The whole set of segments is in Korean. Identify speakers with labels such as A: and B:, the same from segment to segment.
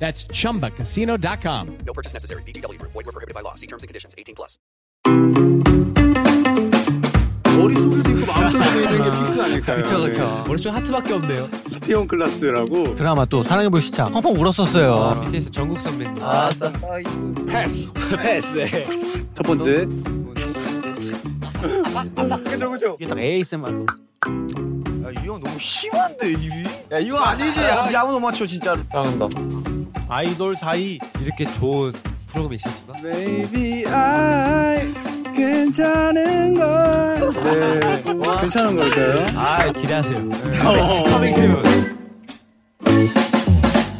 A: That's chumbacasino.com.
B: No purchase necessary. VGW Group. Void were prohibited by law. See terms and conditions. 18 plus.
C: 머릿속에도 있고 마음속에도 있는 게 픽스 아닐까요?
D: 그쵸 그쵸
C: 네.
D: 원래 좀 하트밖에 없네요
C: 이태원 클라스라고
D: 드라마 또 사랑해볼 시차 펑펑 울었었어요 아, BTS 전국 선배님 아싸
C: 패스 패스 첫 번째 그죠 그죠
D: 이게 딱 ASMR
E: 야 이거 아니지 야, 야구 못 맞춰 진짜로
D: 아이돌 사이 이렇게 좋은 프로그램이 있었습니다
C: Baby I 괜찮은 걸 네. 괜찮은 걸까요?
D: 아 기대하세요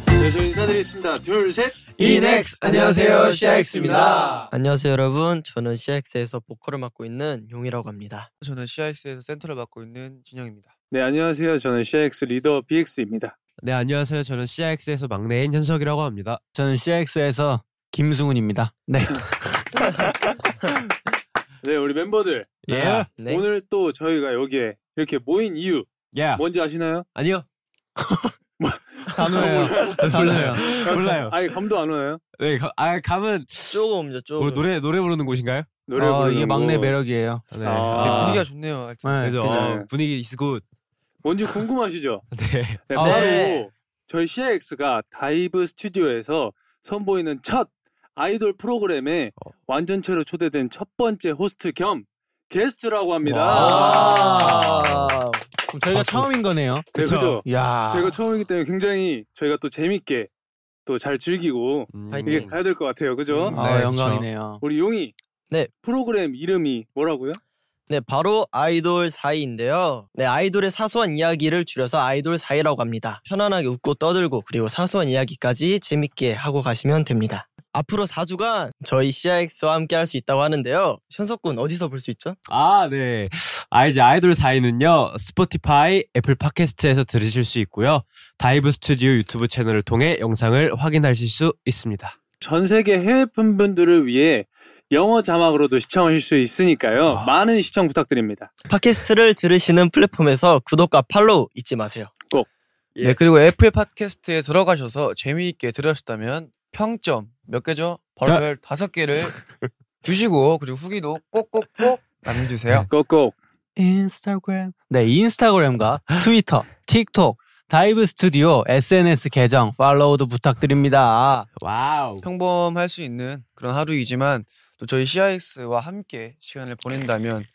C: 네, 저 인사드리겠습니다 둘셋
D: 이넥스 안녕하세요 CX입니다
F: 안녕하세요 여러분 저는 CX에서 보컬을 맡고 있는 용이라고 합니다 저는 CX에서 센터를 맡고 있는 진영입니다
C: 네 안녕하세요 저는 CX 리더 BX입니다
D: 네 안녕하세요 저는 CX에서 막내인 현석이라고 합니다 저는 CX에서 김승훈입니다 네
C: 네 우리 멤버들
D: 예.
F: 네.
C: 오늘 또 저희가 여기에 이렇게 모인 이유
D: 예.
C: 뭔지 아시나요?
D: 아니요 아, 단어예요 단어예요 몰라요
C: 아예 감도 안 오나요?
D: 네, 가- 아 감은
F: 조금요 조금
D: 오늘 뭐 노래 노래 부르는 곳인가요?
C: 노래 부르는
G: 아, 이게
C: 거.
G: 막내 매력이에요.
D: 네.
C: 아.
F: 분위기가 좋네요 하여튼.
G: 네,
D: 그래서
C: 그죠.
D: 어, 분위기 is good
C: 뭔지 궁금하시죠?
D: 네.
C: 네,
G: 아,
C: 바로
F: 네.
C: 저희 CX가 다이브 스튜디오에서 선보이는 첫 아이돌 프로그램에 완전체로 초대된 첫 번째 호스트 겸 게스트라고 합니다.
D: 와.
F: 아,
G: 그럼 저희가 처음인 거네요.
C: 네, 그죠?
G: 야.
C: 저희가 처음이기 때문에 굉장히 저희가 또 재밌게 또 잘 즐기고
D: 음.
F: 파이팅.
C: 이게 가야 될 것 같아요. 그죠?
D: 음.
G: 아,
D: 네,
G: 영광이네요.
C: 우리 용이
F: 네.
C: 프로그램 이름이 뭐라고요?
F: 네 바로 아이돌 사이인데요 네 아이돌의 사소한 이야기를 줄여서 아이돌 사이라고 합니다 편안하게 웃고 떠들고 그리고 사소한 이야기까지 재밌게 하고 가시면 됩니다 앞으로 4주간 저희 CX와 함께 할 수 있다고 하는데요 현석군 어디서 볼 수 있죠?
D: 아, 네. 아, 이제 아이돌 사이는요, 스포티파이, 애플 팟캐스트에서 들으실 수 있고요. 다이브 스튜디오 유튜브 채널을 통해 영상을 확인하실 수 있습니다.
C: 전 세계 해외 팬분들을 위해 영어 자막으로도 시청하실 수 있으니까요. 많은 시청 부탁드립니다.
F: 팟캐스트를 들으시는 플랫폼에서 구독과 팔로우 잊지 마세요
E: 네 그리고 애플 팟캐스트에 들어가셔서 재미있게 들으셨다면 평점 몇 개죠? 바로 별 다섯 개를 주시고 그리고 후기도 꼭꼭꼭 남겨주세요
C: 꼭꼭
G: 인스타그램. 네, 인스타그램과 트위터, 틱톡, 다이브 스튜디오 SNS 계정 팔로우도 부탁드립니다.
D: 와우.
E: 평범할 수 있는 그런 하루이지만 또 저희 CIX와 함께 시간을 보낸다면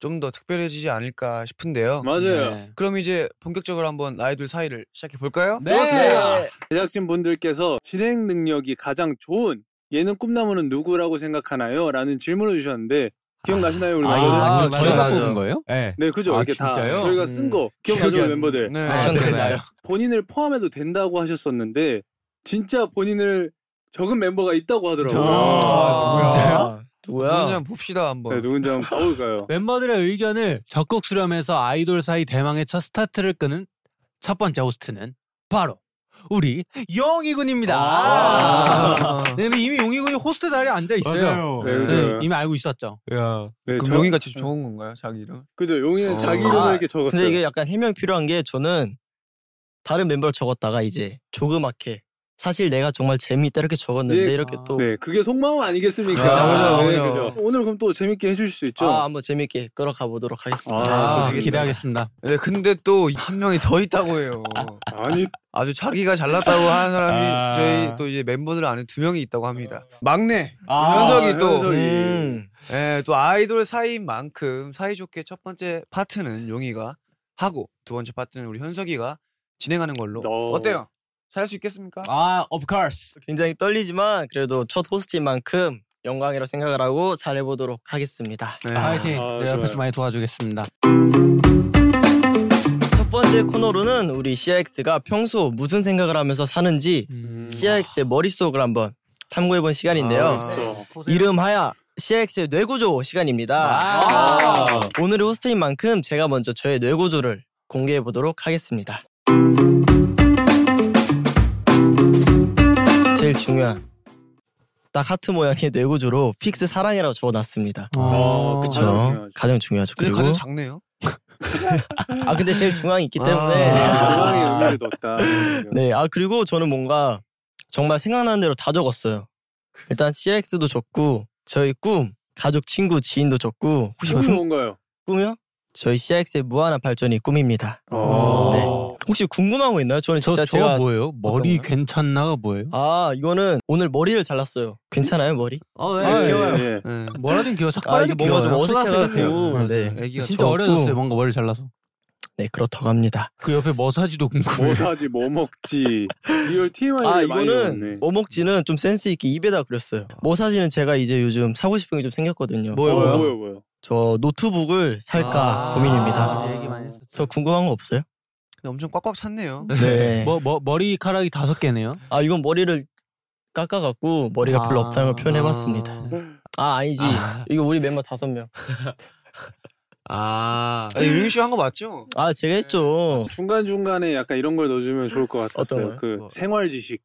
E: 좀 더 특별해지지 않을까
F: 어.
E: 싶은데요
C: 맞아요.
G: 네.
E: 그럼 이제 본격적으로 한번 아이돌 사이를 시작해 볼까요?
D: 네. 좋습니다.
C: 제작진 분들께서 진행 능력이 가장 좋은 예능 꿈나무는 누구라고 생각하나요? 라는 질문을 주셨는데 기억나시나요 우리
G: 아,
C: 멤버들?
D: 맞아요,
G: 이거 저희가
D: 맞아요.
G: 뽑은 거예요?
D: 네.
C: 네 그죠
G: 아,
C: 이렇게
G: 진짜요?
C: 다 저희가
F: 음.
C: 쓴 거 기억나죠
D: 기억이
C: 멤버들
E: 네.
G: 아,
F: 기억나요.
C: 본인을 포함해도 된다고 하셨었는데 진짜 본인을 적은 멤버가 있다고 하더라고요
D: 아, 진짜요?
F: 누구야?
E: 누구냐 봅시다 한번
C: 네 누군지 한번 봐볼까요?
G: 멤버들의 의견을 적극 수렴해서 아이돌 사이 대망의 첫 스타트를 끄는 첫 번째 호스트는 바로 우리 용이군입니다.
C: 아.
G: 네, 근데 이미 용이군이 호스트 자리에 앉아 있어요.
D: 맞아요.
C: 네,
D: 네.
C: 그죠.
G: 네, 이미 알고 있었죠.
D: 야.
C: 네,
E: 그럼
C: 저-
E: 용이가 제일 그러니까 좋은 건가요? 자기 이름?
C: 그죠 용이는
D: 어.
C: 자기 이름을
F: 아,
C: 이렇게 적었어요
F: 근데 이게 약간 해명 필요한 게 저는 다른 멤버를 적었다가 이제 조그맣게 사실 내가 정말 재미있다 이렇게 적었는데
C: 네.
F: 이렇게 또
C: 네 그게 속마음 아니겠습니까?
E: 아,
C: 네,
E: 그죠,
C: 그죠.
E: 그죠.
C: 오늘 그럼 또 재밌게 해주실 수 있죠?
F: 아, 한번 재밌게 끌어가 보도록 하겠습니다.
C: 아,
G: 아,
C: 소식이
G: 기대하겠습니다.
E: 네, 근데 또 한 명이 더 있다고 해요.
C: 아니
E: 아주 자기가 잘났다고 하는 사람이
D: 아.
E: 저희 또 이제 멤버들 안에 두 명이 있다고 합니다. 막내
D: 아,
E: 현석이 또,
C: 현석이.
F: 음.
E: 예, 또 아이돌 사이인 만큼 사이좋게 첫 번째 파트는 용이가 하고 두 번째 파트는 우리 현석이가 진행하는 걸로
C: 어.
E: 어때요? 잘할 수 있겠습니까?
D: 아, of course.
F: 굉장히 떨리지만 그래도 첫 호스트인 만큼 영광이라 생각을 하고 잘해보도록 하겠습니다.
E: 네.
G: 파이팅.
C: 아,
G: 네,
C: 좋아요.
G: 옆에서 많이 도와주겠습니다.
F: 첫 번째 코너로는 우리 CIX가 평소 무슨 생각을 하면서 사는지
G: 음.
C: 아, 네.
F: CIX의 머릿속을 한번 탐구해본 시간인데요.
C: 있어.
F: 이름하야 CX의 뇌구조
G: 아.
F: 시간입니다.
D: 와우.
F: 오늘의 호스트인 만큼 제가 먼저 저의 뇌구조를 공개해 보도록 하겠습니다. 제일 중요한 딱 하트 모양의 뇌구조로 픽스 사랑이라고 적어놨습니다.
C: 어, 가장
F: 그쵸?
C: 중요하죠.
F: 가장 중요하죠.
E: 근데
F: 그리고
E: 가장 작네요.
F: 아 근데 제일 중앙이 있기 때문에
E: 아.
C: 중앙의 의미를 넣었다.
F: 네, 아 그리고 저는 뭔가 정말 생각나는 대로 다 적었어요. 일단 CX도 적고 저희 꿈, 가족, 친구, 지인도 적고 혹시
C: 혹시
F: 꿈,
C: 뭔가요?
F: 꿈이요? 저희 CX의 무한한 발전이 꿈입니다.
C: 어.
F: 네. 혹시 궁금한 거 있나요? 저는
G: 저,
F: 진짜
G: 저
F: 제가
G: 뭐예요? 머리
F: 어떤 거요?
G: 괜찮나가 뭐예요?
F: 아 이거는 오늘 머리를 잘랐어요. 괜찮아요 머리?
D: 어, 네,
G: 아,
D: 귀여워요.
C: 예, 예.
G: 네. 뭐라든 귀여워.
F: 아 이게
G: 삭발하기
F: 뭔가 좀
G: 귀여워요.
F: 어색해가지고
G: 같아요.
F: 네,
E: 애기가
G: 진짜
E: 저-
G: 어려졌어요. 뭔가 머리 잘라서.
F: 네 그렇다고 합니다.
G: 그 옆에 뭐 사지도 궁금해.
C: 뭐 사지, 뭐 먹지. 리얼 TMI
F: 아
C: 를 많이
F: 이거는
C: 넣었네.
F: 뭐 먹지는 좀 센스 있게 입에다 그렸어요. 뭐 사진은 제가 이제 요즘 사고 싶은 게 좀 생겼거든요.
E: 뭐요,
C: 어, 뭐요,
E: 뭐요?
C: 뭐요, 뭐요?
F: 저 노트북을 살까
E: 아,
F: 고민입니다.
E: 맞아요.
F: 더 궁금한 거 없어요?
E: 근데 엄청 꽉꽉 찼네요.
F: 네.
G: 뭐, 뭐, 머리카락이 다섯 개네요.
F: 아 이건 머리를 깎아갖고 머리가 별로
G: 아.
F: 없다는 걸 표현해봤습니다. 아 아니지.
D: 아.
F: 이거 우리 멤버 다섯 명.
D: 아.
E: 아니, 윤희 씨한거 맞죠?
F: 아 제가 했죠.
C: 중간중간에 약간 이런 걸 넣어주면 좋을 것
F: 어떤
C: 같았어요.
F: 거요?
C: 그
D: 뭐.
C: 생활 지식.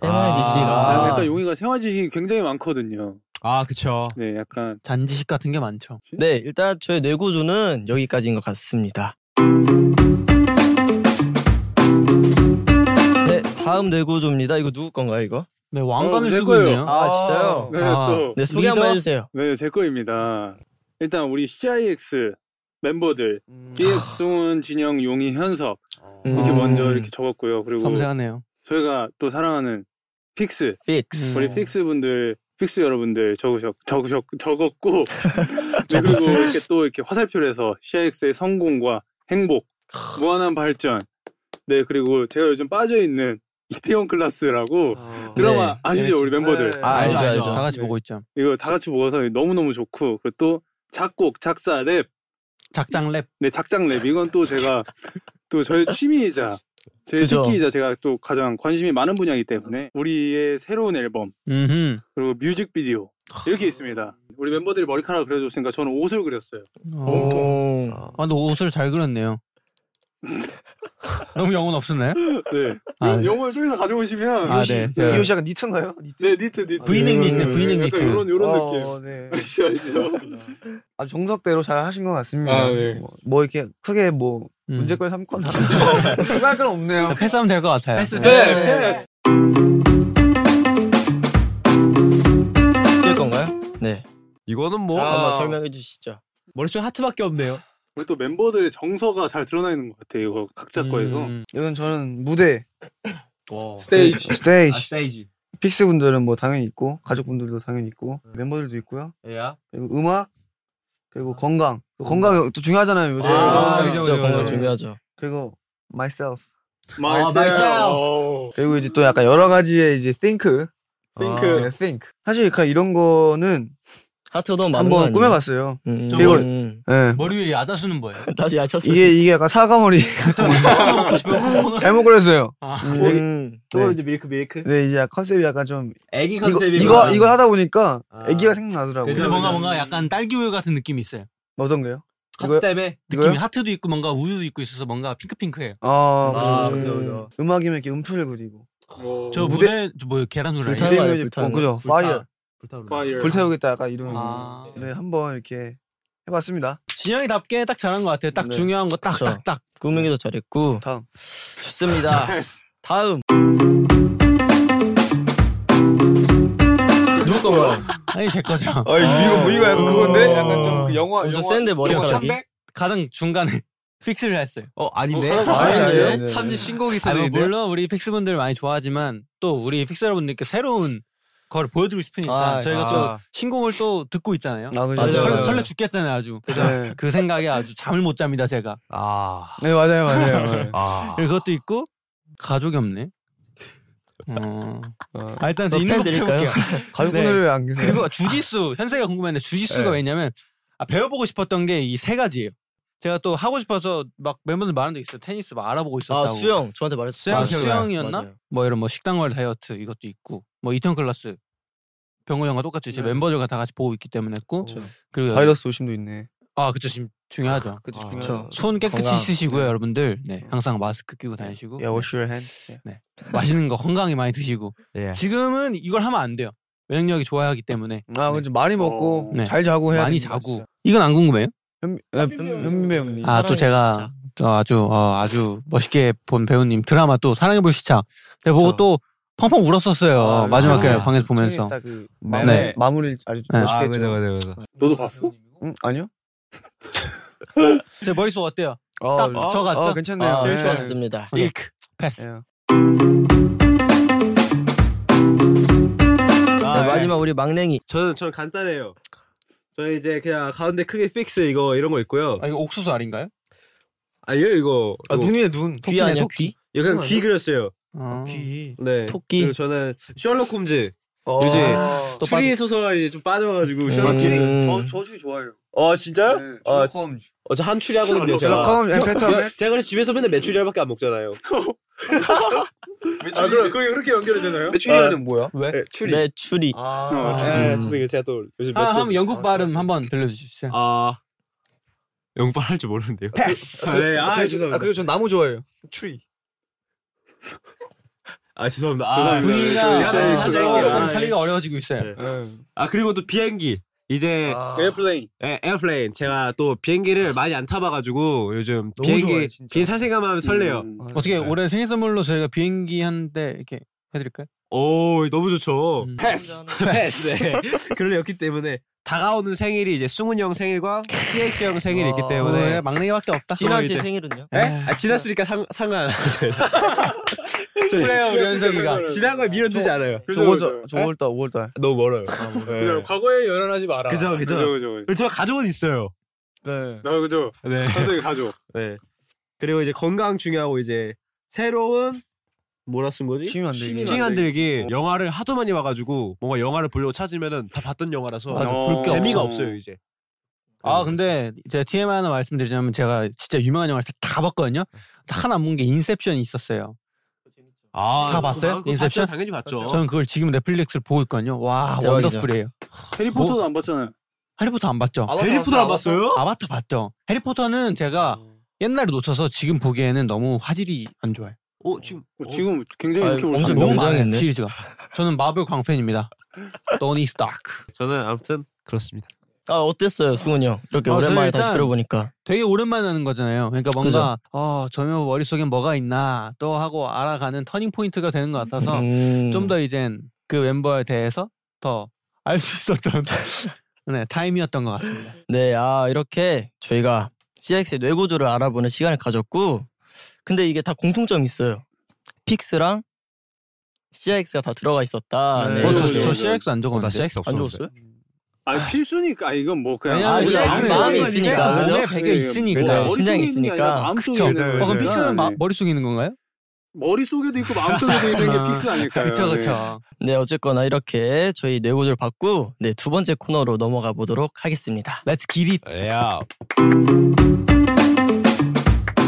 F: 생활 지식.
D: 아.
C: 아, 약간 용이가 생활 지식이 굉장히 많거든요.
D: 아, 그쵸.
C: 네, 약간
G: 잔지식 같은 게 많죠.
F: 네 일단 저의 뇌구조는 여기까지인 것 같습니다. 네 다음 뇌구조입니다. 이거 누구 건가요 이거?
G: 네, 왕관을
C: 어, 제
G: 쓰고
C: 거예요.
G: 있네요.
F: 아 진짜요?
C: 네,
G: 아.
C: 또
F: 네 소개 한번
G: 리더?
F: 해주세요.
C: 네, 제 거입니다. 일단 우리 CIX 멤버들
E: 음.
C: BX 송은 진영 용희 현섭 이렇게
F: 음.
C: 먼저 이렇게 적었고요. 그리고
G: 섬세하네요.
C: 저희가 또 사랑하는 픽스
F: 픽스.
C: 우리
G: 음.
C: 픽스 분들 픽스 여러분들 적으셨 적으셨 적었고 네, 그리고 이렇게 또 이렇게 화살표를 해서 CIX의 성공과 행복 무한한 발전 네 그리고 제가 요즘 빠져 있는 이태원 클라스라고
E: 아.
C: 드라마
F: 네,
C: 아시죠 우리 멤버들
E: 네.
F: 아, 알죠, 알죠.
G: 다 같이
C: 네.
G: 보고 있죠.
C: 이거 다 같이 모아서 너무 너무 좋고 그리고 또 작곡 작사 랩
G: 작장 랩.
C: 네, 작작랩. 이건 또 제가 또 저의 취미이자 제
F: 그죠.
C: 특기이자 제가 또 가장 관심이 많은 분야이기 때문에 우리의 새로운 앨범
G: 음흠.
C: 그리고 뮤직비디오
G: 아.
C: 이렇게 있습니다. 우리 멤버들이 머리카락 그려줬으니까 저는 옷을 그렸어요.
G: 어.
F: 오.
G: 아, 너 옷을 잘 그렸네요. 너무 영혼 없었나요?
C: 네.
G: 아, 네.
C: 영어를 저기서 가져오시면
G: 아, 네.
E: 네.
G: 네.
E: 이효 씨 약간 니트인가요? 니트.
C: 네, 니트 니트.
G: 브이넥 니트네, 브이넥 니트.
C: 약간 이런 이런 느낌.
E: 어, 네.
C: 아시죠? 아시죠?
E: 아, 정석대로 잘 하신 것 같습니다.
C: 아, 네.
E: 뭐, 뭐 이렇게 크게 뭐
G: 음.
E: 문제걸 삼거나 그럴 건 없네요.
F: 음.
G: 패스하면 될 것 같아요.
C: 네, 패스.
F: 될 건가요? 네.
D: 이거는 뭐.
E: 자.
F: 한번 설명해 주시죠.
D: 머릿속에 하트밖에 없네요.
C: 우리 또 멤버들의 정서가 잘 드러나 있는 것 같아요. 이거 각자 거에서.
G: 음.
E: 이건 저는 무대,
C: 스테이지.
E: 스테이지,
D: 스테이지.
E: 픽스 분들은 뭐 당연히 있고 가족분들도 당연히 있고
C: 네.
E: 멤버들도 있고요.
D: 야.
E: 그리고 음악 그리고 건강. 또 건강 또 중요하잖아요 요새.
C: 음. 아,
E: 네.
C: 그죠,
F: 진짜
D: 그죠,
F: 건강
D: 그죠.
F: 중요하죠.
E: 그리고 myself.
G: 아,
C: 마이셀.
D: myself.
E: 그리고 이제 또 약간 여러 가지의 이제 think.
G: 아,
C: 핑크.
E: 네, think. 사실 약간 이런 거는
F: 하트 너무 많은
E: 한번
F: 거 음, 아니에요?
E: 꾸며봤어요.
F: 음.
E: 그리고-
F: 음.
E: 예.
G: 머리 위에 야자수는 뭐예요?
F: 다시 야쳤어요.
E: 이게 이게 약간 사과머리 잘못 그렸어요. 음.
F: 음.
E: 네.
D: 이제 밀크 밀크.
E: 근데 이제 컨셉이 약간 좀
D: 애기
E: 이거
D: 컨셉이.
E: 이거, 이거 하다 보니까
D: 아.
E: 애기가 생각나더라고요. 뭐
G: 근데 뭔가 뭔가 약간 딸기 우유 같은 느낌이 있어요.
E: 어떤 거요?
D: 하트 때문에.
G: 느낌이
E: 이거요?
G: 하트도 있고 뭔가 우유도 있고 있어서 뭔가 핑크핑크해요.
E: 아,
D: 아,
E: 그죠, 그죠, 그죠. 음악이면 이렇게 음표를 그리고
G: 네. 저
E: 무대-
G: 무대 저뭐 계란 후라이.
F: 불타는 거 아니에요,
E: 이제
F: 불타는
E: 어, 그죠. 파이어
C: 파이어.
E: 불태우겠다 약간 이런
G: 아.
E: 거. 네, 한번 이렇게 해봤습니다.
G: 진영이답게 딱 잘한 것 같아요. 딱
E: 네.
G: 중요한 거 딱
F: 그쵸.
G: 딱 딱.
F: 꾸미기도 잘했고
E: 다음.
F: 좋습니다.
C: 패스.
F: 다음
G: 누구 거요? 아니 제 거죠.
E: 아, 이거 뭐 이거 약간
G: 그건데? 약간 좀그
E: 어, 영화
F: 엄청 센데 머리
G: 영화
F: 갑자기
G: 삼백? 가장 중간에 픽스를 했어요.
D: 어 아닌데.
C: 어,
E: 아니, 아니, 아니, 아니.
D: 삼지 신곡이
G: 아, 뭐
D: 있어요.
G: 물론 우리 픽스분들 많이 좋아하지만 또 우리 픽스 여러분들께 새로운 걸 보여드리고 싶으니까
F: 아,
G: 저희가 또
D: 아,
G: 신곡을 또 듣고 있잖아요.
E: 아, 그죠.
F: 맞아요,
G: 설레-
F: 맞아요.
G: 설레 죽겠잖아요 아주.
E: 네.
G: 그 생각에 아주 잠을 못 잡니다 제가.
D: 아.
E: 네, 맞아요, 맞아요.
D: 아.
G: 그리고 그것도 있고 가족이 없네. 어.
E: 어.
G: 아, 일단 저
F: 너
G: 있는
F: 팬
G: 거부볼게
F: 드릴까요? 네.
G: 요
E: 가족분들이 안 계세요.
G: 그리고 주짓수 현세가 궁금했는데 주짓수가
E: 네.
G: 왜냐면 아, 배워보고 싶었던 게 이 세 가지예요. 제가 또 하고 싶어서 막 멤버들 말한 적 있어요. 테니스 막 알아보고 있었다고.
F: 아 수영 저한테 말했어요.
G: 아, 수영, 수영이었나?
F: 맞아요.
G: 뭐 이런 뭐 식당월 다이어트 이것도 있고 뭐 이태원 클라스 병호 형과 똑같이 이제
E: 네.
G: 멤버들과 다 같이 보고 있기 때문에 했고 그리고 여기-
E: 바이러스 오심도 있네.
G: 아 그쵸 지금 중요하죠.
E: 그쵸,
F: 그렇죠.
G: 아,
E: 중요하죠.
G: 손 깨끗이
E: 건강.
G: 씻으시고요 여러분들. 네 예, 항상 마스크 끼고 다니시고
E: Yeah, wash your hands. Yeah.
G: 맛있는 거 건강히 많이 드시고
D: 예.
G: 지금은 이걸 하면 안 돼요. 면역력이 좋아야 하기 때문에
E: 아, 근데 많이
C: 어.
E: 먹고
G: 네.
E: 잘 자고 해야
G: 많이
E: 됩니다,
G: 자고
E: 진짜.
G: 이건 안 궁금해요?
E: 현미 아, 현미 배우님.
G: 아 또 제가 또 아주 어, 아주 멋있게 본 배우님 드라마 또 사랑해볼 시차 내가 보고
E: 그쵸.
G: 또 펑펑 울었었어요
E: 아,
G: 마지막에
E: 사랑해.
G: 방에서 보면서
E: 딱그
D: 네.
E: 마무리- 마무리를 아주
G: 네.
E: 멋있게
D: 아,
E: 했죠.
D: 그죠, 그죠, 그죠.
C: 너도 봤어?
E: 음, 아니요?
G: 제 머릿속 어때요?
E: 아,
G: 딱 저 같죠?
E: 아, 괜찮네요.
F: 아,
E: 네.
F: 좋았습니다.
G: 오케이. 패스
E: 예.
F: 네, 마지막 우리 막냉이
D: 저는 저는 간단해요. 저는 이제 그냥 가운데 크게 픽스 이거 이런 거 있고요.
G: 아 이거 옥수수 알인가요?
D: 아니요 이거
E: 아,
D: 이거
E: 눈이네, 눈.
F: 귀 아니야 귀?
D: 이거 그냥 귀 그렸어요.
G: 어.
E: 귀.
D: 네.
F: 토끼.
D: 그리고 저는 셜록 홈즈.
E: 어.
D: 요즘
G: 또
D: 추리 소설이 좀 아. 빠져가지고 셜록
F: 음.
D: 홈즈.
E: 저주 좋아요.
D: 어 진짜요?
E: 네,
D: 아,
E: 컴.
D: 어, 저 한 추리 하거든요 제가.
E: 컴, 엠페터.
D: 제가 그래서 집에서 맨날 메추리알밖에 안 먹잖아요.
C: 아 그럼 그게 그렇게 연결되나요?
E: 메추리알은 뭐야?
G: 왜?
D: 네, 추리.
F: 매추리
E: 아,
C: 어,
D: 네,
F: 음.
D: 선생님 제가 또 요즘
G: 아,
D: 몇 또-
G: 한번 영국 발음 한번 들려주세요.
D: 아 영국 할줄 모르는데요.
E: 패스.
D: 아, 네, 아,
E: 아,
D: 죄송합니다.
E: 그리고 전 나무 좋아해요. 트리.
D: 아 죄송합니다.
C: 아, 분위기가-
D: 제가 다시
C: 아,
D: 찾아갈게요.
C: 아,
G: 살리가 어려워지고 있어요.
D: 네. 아 그리고 또 비행기 이제
E: 아.
C: 에어플레인.
D: 에, 에어플레인 제가 또 비행기를 많이 안 타봐가지고 요즘
E: 너무
D: 비행기
E: 좋아요, 진짜.
D: 비행 탈 생각만 하면 설레요.
C: 음.
G: 어떻게
D: 네.
G: 올해 생일 선물로 저희가 비행기 한 대 이렇게 해드릴까요?
D: 오 너무 좋죠.
G: 음.
C: 패스.
D: 패스. 네. 그러였기 때문에 다가오는 생일이 이제 승훈 형 생일과 TX 형 생일이 있기 때문에
G: 올해 막내기밖에 없다. 네.
F: 진아
D: 이제-
F: 제 생일은요?
D: 에? 아, 지났으니까 상, 상관 안 하세요.
G: 플레어 연석이가
D: 지난 걸 밀어내지 않아요.
E: 저거 저 5월달 5월달.
D: 너무 멀어요.
C: 그죠. 과거에 연연하지 마라.
D: 그죠, 그죠.
C: 네. 그죠, 그죠.
D: 저 가족은 있어요.
E: 네.
C: 나 그죠.
D: 네.
C: 선생님 가족.
D: 네. 그리고 이제 건강 중요하고 이제 새로운 뭐라 쓴 거지?
E: 취미 만들기.
D: 취미 만들기. 영화를 하도 많이 봐가지고 뭔가 영화를 보려고 찾으면은 다 봤던 영화라서
G: 맞아,
C: 어.
G: 볼게
D: 재미가
G: 없어. 뭐?
C: 없어.
D: 없어요 이제. 네.
G: 아 근데 제가 TMI 하나 말씀드리자면 제가 진짜 유명한 영화를 다 봤거든요. 하나 안 본 게 인셉션이 있었어요.
D: 아,
G: 다 봤어요?
D: 그거 봤죠?
G: 인셉션?
D: 당연히 봤죠.
G: 저는 그걸 지금 넷플릭스를 보고 있거든요. 와
F: 대박이죠.
G: 원더풀이에요.
C: 해리포터도 안 봤잖아요.
G: 해리포터 안
D: 아,
G: 봤죠?
D: 해리포터 안 봤어요?
G: 아바타 봤죠? 해리포터는 제가
D: 어.
G: 옛날에 놓쳐서 지금 보기에는 너무 화질이 안 좋아요.
D: 어 지금
C: 어, 지금 굉장히 이렇게 볼
F: 엄청
C: 수
G: 너무
C: 있는
F: 명작.
G: 많아요
F: 명장했네.
G: 시리즈가. 저는 마블 광팬입니다. 토니 스타크.
D: 저는 아무튼 그렇습니다.
F: 아 어땠어요 승훈이 형? 이렇게
G: 아,
F: 오랜만에
G: 저는
F: 다시
G: 일단-
F: 들어보니까
G: 되게 오랜만에 하는 거잖아요. 그러니까 뭔가 어, 저면 머릿속에 뭐가 있나 또 하고 알아가는 터닝 포인트가 되는 것 같아서
F: 음.
G: 좀 더 이젠 그 멤버에 대해서 더 알 수 있었던 네, 타임이었던 것 같습니다.
F: 네, 아 이렇게 저희가 CX의 뇌구조를 알아보는 시간을 가졌고, 근데 이게 다 공통점이 있어요. 픽스랑 CX가 다 들어가 있었다.
E: 네.
F: 네.
G: 어, 저,
C: 네.
G: 저 CX 안 적었는데.
F: 안 좋았어요?
C: 아 필수니까 아, 이건 뭐 그냥
F: 아,
G: 왜냐면
C: 아무리
G: 이제
C: 안
F: CX
C: 해도 그냥
F: 마음이 있으니까,
C: 그냥
F: 그죠?
G: 몸에 배겨 있으니까.
C: 머릿속에 있는
F: 신장이
C: 게
F: 있으니까.
C: 아니라 마음속에
G: 그쵸.
C: 있는 거예요.
G: 어, 그럼 픽스는 마,
C: 네.
G: 머릿속에 있는 건가요?
C: 머릿속에도 있고 마음속에도 있는 게
G: 아,
C: 픽스 아닐까요?
G: 그쵸,
C: 네.
G: 그쵸.
F: 네, 어쨌거나 이렇게 저희 뇌구조를 받고 네 두 번째 코너로 넘어가 보도록 하겠습니다.
G: Let's get it.
D: 야.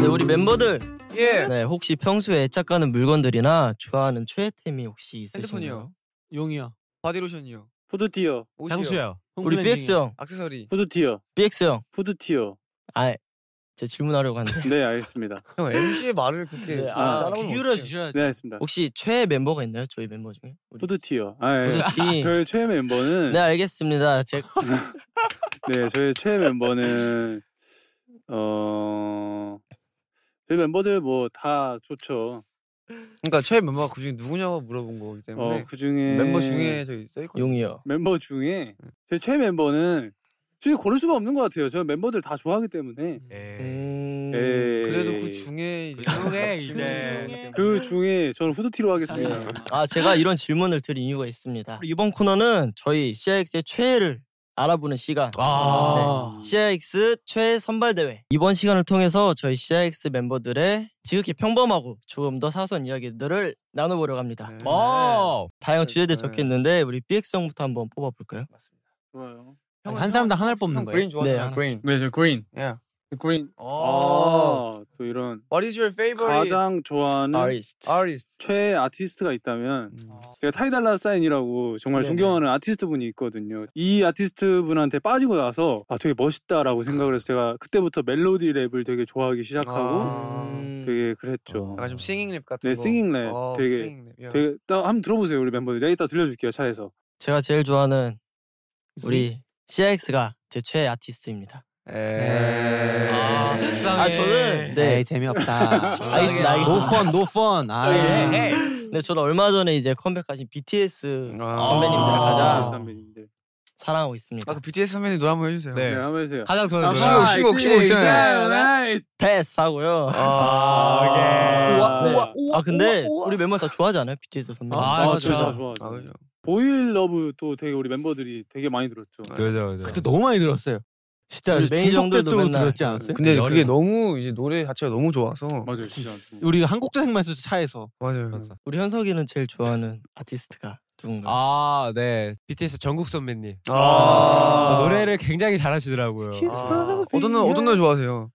F: 네, 우리 멤버들,
E: 예.
F: 네 혹시 평소에 애착가는 물건들이나 좋아하는 최애템이 혹시 있으신가요?
E: 핸드폰이요.
G: 용이요.
E: 바디로션이요.
C: 푸드티어,
E: 옷이요.
D: 향수야.
F: 우리 BX 형,
E: 액세서리.
C: 푸드티어,
F: BX 형,
C: 푸드티어.
F: 아, 제 질문하려고 하는데.
C: 네 알겠습니다.
E: 형 MC의 말을 그렇게
F: 네,
C: 아,
F: 아, 비유를 주셔야
C: 네 알겠습니다.
F: 혹시 최애 멤버가 있나요? 저희 멤버 중에? 우리
C: 푸드티어. 아, 예.
F: 푸드티.
C: 저의 최애 멤버는
F: 네
C: 네.
F: 알겠습니다. 제
C: 저의 최애 멤버는 어 저희 멤버들 뭐 다 좋죠.
E: 그러니까 최애 멤버가 그중에 누구냐고 물어본 거기 때문에
C: 어그 네. 중에
E: 네. 멤버 중에 저기 써 있거든요.
F: 용이요.
C: 멤버 중에 제 최애 멤버는 솔직히 고를 수가 없는 것 같아요. 저는 멤버들 다 좋아하기 때문에.
D: 네.
F: 음...
C: 에이.
E: 네. 그래도 그 중에 네.
D: 그 중에 이제-
C: 그 중에 저는 후드티로 하겠습니다.
F: 아 제가 이런 질문을 드린 이유가 있습니다. 이번 코너는 저희 CIX의 최애를 알아보는 시간.
G: 아.
F: 네. CIX 최애 선발 대회. 이번 시간을 통해서 저희 CIX 멤버들의 지극히 평범하고 조금 더 사소한 이야기들을 나눠보려고 합니다.
C: Oh.
E: 네.
D: 어.
F: 다양한 주제들
E: 네.
F: 적혀 있는데 우리 BX 형부터 한번 뽑아볼까요?
C: 좋아요.
G: 한 사람당 하나를 뽑는
E: 형
G: 거예요.
E: 네, 그린 좋아하잖아.
F: 네,
E: 그린.
H: 네, 저 그린.
E: 예.
H: 그린.
E: 어.
C: 아, 또 이런
E: What is your favorite
C: 가장 좋아하는
F: 아리스트.
E: artist?
C: 최애 아티스트가 있다면 제가 타이달라 사인이라고 정말
F: 네네.
C: 존경하는 아티스트 분이 있거든요. 이 아티스트 분한테 빠지고 나서 아 되게 멋있다라고 생각을 해서 제가 그때부터 멜로디 랩을 되게 좋아하기 시작하고
F: 음.
C: 되게 그랬죠.
E: 약간 좀 싱잉 랩 같은
C: 네,
E: 거.
C: 싱잉 랩
E: 어,
C: 되게-
E: 싱잉 랩. 야.
C: 되게 딱 한번 들어보세요 우리 멤버들. 내가 이따 들려줄게요 차에서.
F: 제가 제일 좋아하는 우리 CX가 제 최애 아티스트입니다.
E: 예. 아, 식상해.
F: 아, 저는 네.
G: 에이 재미없다.
F: 알겠습니다, 알겠습니다.
G: 노펀 노펀. 아,
E: 네.
F: 예. 근데 저는 얼마 전에 이제 컴백하신 BTS 선배님들
E: 아.
C: BTS
F: 가장
C: 네, 선배님들.
F: 사랑하고 있습니다.
E: 아, 그 BTS 선배님 노래 한번 해주세요.
C: 네 하면서요.
G: 가장 좋아하는 노래.
E: 아, 시곡, 시곡, 시곡
G: 네.
E: 있잖아요.
F: 패스 하고요.
E: 아,
C: 우와,
F: 네.
C: 우와,
F: 아 근데 우리 멤버 다 좋아하지 않아요? BTS 선배.
G: 아,
C: 아,
G: 맞아.
C: 진짜 좋아.
E: 아, 그죠.
C: 보일 러브 또 되게 우리 멤버들이 되게 많이 들었죠.
D: 그죠 그죠.
G: 그때 너무 많이 들었어요. 진짜
F: 우리
G: 중독
F: 매니저들도
G: 때로
F: 맨날-
G: 들었지 않았어요?
E: 근데 그게 너무 이제 노래 자체가 너무 좋아서
C: 맞아요, 진짜.
G: 우리가 한국 자생만 했었죠 차에서.
E: 맞아요.
F: 우리 현석이는 제일 좋아하는 아티스트가 누군가?
D: 아, 네. BTS 전국 선배님.
E: 아,
D: 어, 노래를 굉장히 잘하시더라고요.
E: 아, 어떤 노래 어떤 노래 좋아하세요?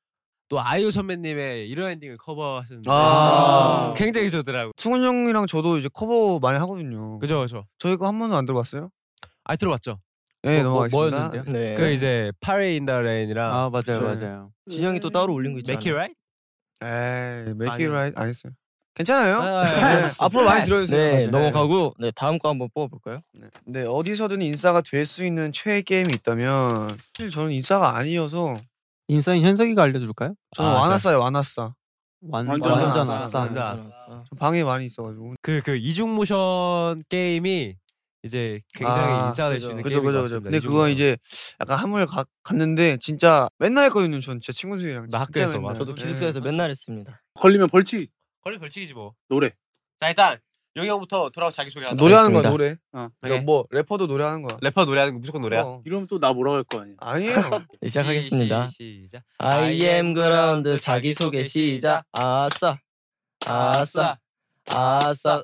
D: 또 아이유 선배님의 이런 엔딩을 커버하셨는데
E: 아.
D: 굉장히 좋더라고요.
E: 승훈 형이랑 저도 이제 커버 많이 하거든요.
D: 그죠 그죠.
E: 저희 거 한 번도 안 들어봤어요?
D: 아이 들어봤죠.
E: 네,
G: 뭐- 뭐-
E: 넘어가겠습니다.
G: 뭐였는데요?
F: 네.
D: 그 이제 파레 인더 레인이랑
G: 아 맞아요
E: 그쵸.
G: 맞아요.
F: 진영이 또 따로 올린 거 있잖아.
D: Make It Right? 아니.
E: 에이, make it right 안 했어요. 괜찮아요?
D: 아,
E: 네, 앞으로 많이 들어주세요.
F: 네,
E: 맞아요.
F: 넘어가고 네 다음 거 한번 뽑아볼까요?
E: 네, 어디서든 인싸가 될 수 있는 최애 게임이 있다면 사실 저는 인싸가 아니어서
G: 인싸인 현석이가 알려줄까요?
E: 저는
D: 아,
E: 완아싸예요, 완아싸.
G: 완
C: 완전
G: 완전
C: 아싸.
G: 아싸.
D: 완전
F: 네.
D: 아싸.
E: 저 방에 많이 있어가지고.
D: 그그 이중 모션 게임이 이제 굉장히
E: 아,
D: 인싸가 될 수
F: 그죠.
D: 있는
E: 그죠,
D: 게임인
E: 그죠,
D: 것
E: 그죠.
D: 같습니다.
E: 근데
D: 이중
E: 그거
D: 모션.
E: 이제 약간 함을 가, 갔는데 진짜 맨날 했거든요. 전 진짜 친구들이랑.
D: 나
E: 진짜
D: 학교에서
E: 맨날.
D: 맞아.
F: 저도
E: 네.
F: 기숙사에서 맨날 했습니다.
C: 걸리면 벌칙
D: 걸리 벌칙이지 뭐.
C: 노래.
D: 자 일단 용이 형부터 돌아와 자기 소개하자.
E: 노래하는 거야
F: 알겠습니다.
E: 노래.
C: 어.
E: 그러니까 뭐 래퍼도 노래하는 거야.
D: 래퍼 노래하는 거 무조건 노래야.
E: 어.
C: 이러면 또 나 뭐라고 할 거 아니야.
E: 아니에요.
F: 네, 시작하겠습니다.
D: 시- 시작.
F: I am ground 자기 소개 시작. 아싸, 아싸, 아싸,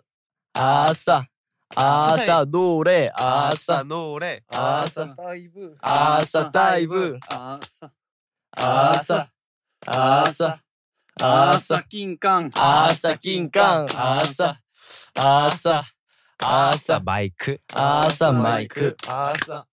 F: 아싸, 아싸 노래 아싸,
D: 노래.
F: 아싸,
E: 다이브.
F: 아싸 다이브,
C: 아싸.
F: 아싸, 아싸, 아싸,
C: 낑깡.
F: 아싸 낑깡, 아싸, 아싸,
D: 아싸
F: 아싸,
D: 마이크.
F: 아싸 마이크,
E: 그 아싸.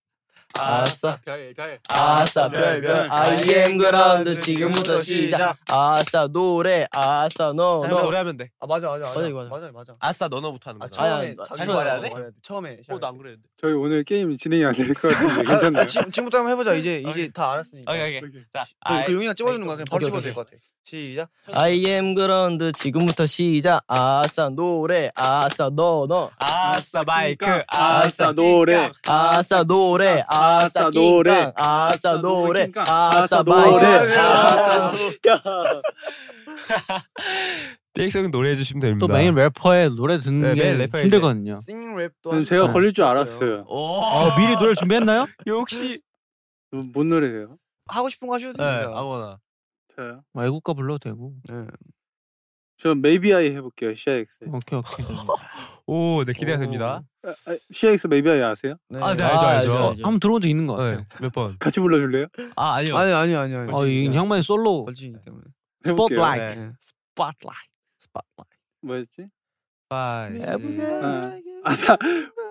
F: 아싸.
E: 별별.
F: 아싸 별별 I am ground 지금부터 시작 아싸 노래 아싸
D: 자,
F: 너너
D: 형 노래하면 돼.
E: 아 맞아 맞아 맞아
F: 맞아, 이거 맞아.
E: 맞아 맞아.
D: 아싸 너너부터 하는
E: 아
D: 거야.
F: 참-
E: 처음에
F: 아니, 아니,
E: 자기
D: 자기 말해야 돼?
E: 말해야 처음에.
D: 어, 나안 그랬는데.
C: 저희 오늘 게임 진행이 안 될 것 같은데 괜찮나요?
E: 아, 지금 지금부터 한번 해보자. 이제 이제 다 알았으니까.
D: 오케이 오케이. 자,
E: 또
D: 아이-
E: 그 용이가 찍어주는 거야. 그냥 바로
F: 오케이,
E: 찍어도
F: 오케이.
E: 될 것 같아. 시작.
F: I am ground 지금부터 시작 아싸 노래 아싸 너너
D: 아싸 마이크.
C: 그, 아싸 노래.
F: 그 아싸 노래 아싸
C: 아싸 노래.
F: 낑깡. 아싸 노래
C: 낑깡.
F: 아싸
C: 아싸
F: 노래
C: 노래.
F: 아싸
D: 빅성 노래해 주시면 됩니다.
G: 또 메인 래퍼의 노래
D: 네,
G: 듣는 게
D: 메인 래퍼의
G: 힘들거든요.
E: 싱잉 랩도.
C: 저는
E: 한-
C: 제가
E: 아,
C: 걸릴 줄
F: 네.
E: 했어요.
C: 알았어요.
G: 아, 미리 노래를 준비했나요?
D: 역시.
C: 그 뭔 노래세요?
E: 하고 싶은 거 하셔도
D: 네,
E: 됩니다.
D: 아무거나.
C: 저요?
G: 외국가 불러도 되고.
C: 저 Maybe I 해볼게요. CIX.
G: 오케이 오케이.
D: 오, 네 기대가 됩니다.
C: 아, 아, CIX Maybe I 아세요?
D: 아, 네,
F: 아,
D: 알죠,
F: 알죠,
D: 알죠.
F: 알죠.
G: 한번 들어본 적 있는 것 같아요.
D: 네, 몇 번.
C: 같이 불러줄래요?
D: 아, 아니요.
E: 아니 아니 아니 아니.
G: 아, 이 형만의 솔로.
E: 걸치기 때문에.
C: 해볼게요.
G: 스포트라이트.
E: 네.
G: 스팟라이트.
C: 뭐였지?
D: 파이.
C: 아, 아싸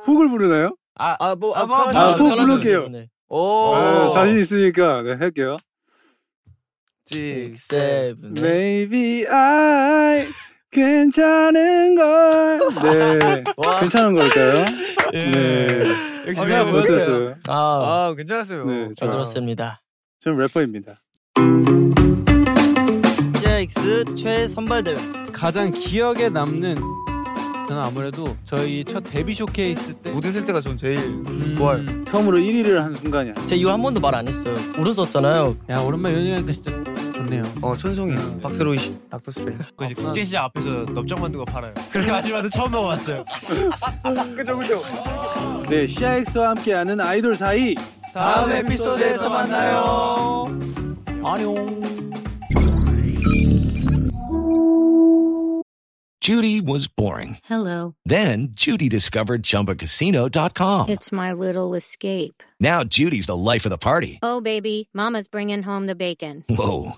C: 훅을 부르나요?
D: 아,
E: 아 뭐
D: 아,
E: 아,
D: 뭐,
E: 뭐,
D: 뭐,
E: 아,
C: 아,
E: 뭐,
C: 훅 부를게요.
F: 네. 어.
E: 오.
C: 아, 자신 있으니까 네, 할게요.
F: 네.
E: 지.
F: 7
E: 네.
C: 네. Maybe I 괜찮은 걸. 네. 괜찮은 걸까요? 네.
D: 역시
E: 아,
D: 멤버.
E: 뭐였어요?
C: 어땠어요?
F: 아
E: 아 괜찮았어요.
C: 네,
F: 잘
C: 좋아요.
F: 들었습니다
C: 저는 래퍼입니다.
F: CX 최선발 대회
D: 네.
G: 가장 기억에 남는 저는 아무래도 저희 첫 데뷔 쇼케이스 때
E: 무대 쓸 때가 전 제일
G: 음,
E: 좋아요.
C: 처음으로 1위를 한 순간이야.
F: 제가 이거 한 번도 말 안 했어요 울었었잖아요
G: 야 오랜만에 연주하니까 진짜 좋네요. 아,
E: 어 천송이,
F: 음.
E: 박세로이 씨, 닥터 스트레인지.
D: 그 이제 국제시장 앞에서 넙장 만두가 팔아요. 그렇게 마시면서 처음 먹어봤어요.
E: 그죠 그죠.
C: 네, CIX와 함께하는 아이돌 사이 다음 에피소드에서 만나요.
H: Judy was boring.
I: Hello,
H: Then Judy discovered ChumbaCasino.com.
I: it's my little escape.
H: Now Judy's the life of the party.
I: Oh, baby, Mama's bringing home the bacon.
H: Whoa,